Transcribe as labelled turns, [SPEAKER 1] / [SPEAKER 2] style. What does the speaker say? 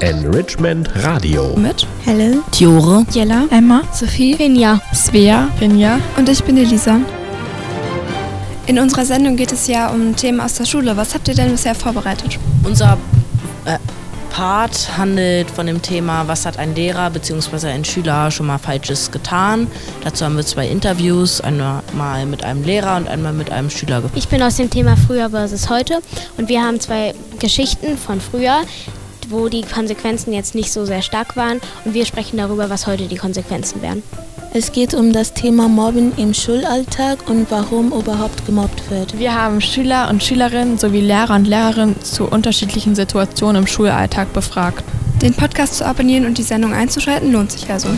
[SPEAKER 1] Enrichment Radio.
[SPEAKER 2] mit
[SPEAKER 3] Helen,
[SPEAKER 4] Jore,
[SPEAKER 2] Jella, Emma, Sophie, Finja, Svea, Finja und ich bin Elisa. In unserer Sendung geht es ja um Themen aus der Schule. Was habt ihr denn bisher vorbereitet?
[SPEAKER 4] unser äh, Part handelt von dem Thema, was hat ein Lehrer bzw. ein Schüler schon mal Falsches getan. Dazu haben wir zwei Interviews, einmal mit einem Lehrer und einmal mit einem Schüler geführt.
[SPEAKER 5] Ich bin aus dem Thema Früher versus Heute und wir haben zwei Geschichten von früher, wo die Konsequenzen jetzt nicht so sehr stark waren und wir sprechen darüber, was heute die Konsequenzen wären.
[SPEAKER 3] es geht um das Thema Mobben im Schulalltag und warum überhaupt gemobbt wird.
[SPEAKER 6] Wir haben Schüler und Schülerinnen sowie Lehrer und Lehrerinnen zu unterschiedlichen Situationen im Schulalltag befragt.
[SPEAKER 2] Den Podcast zu abonnieren und die Sendung einzuschalten lohnt sich also.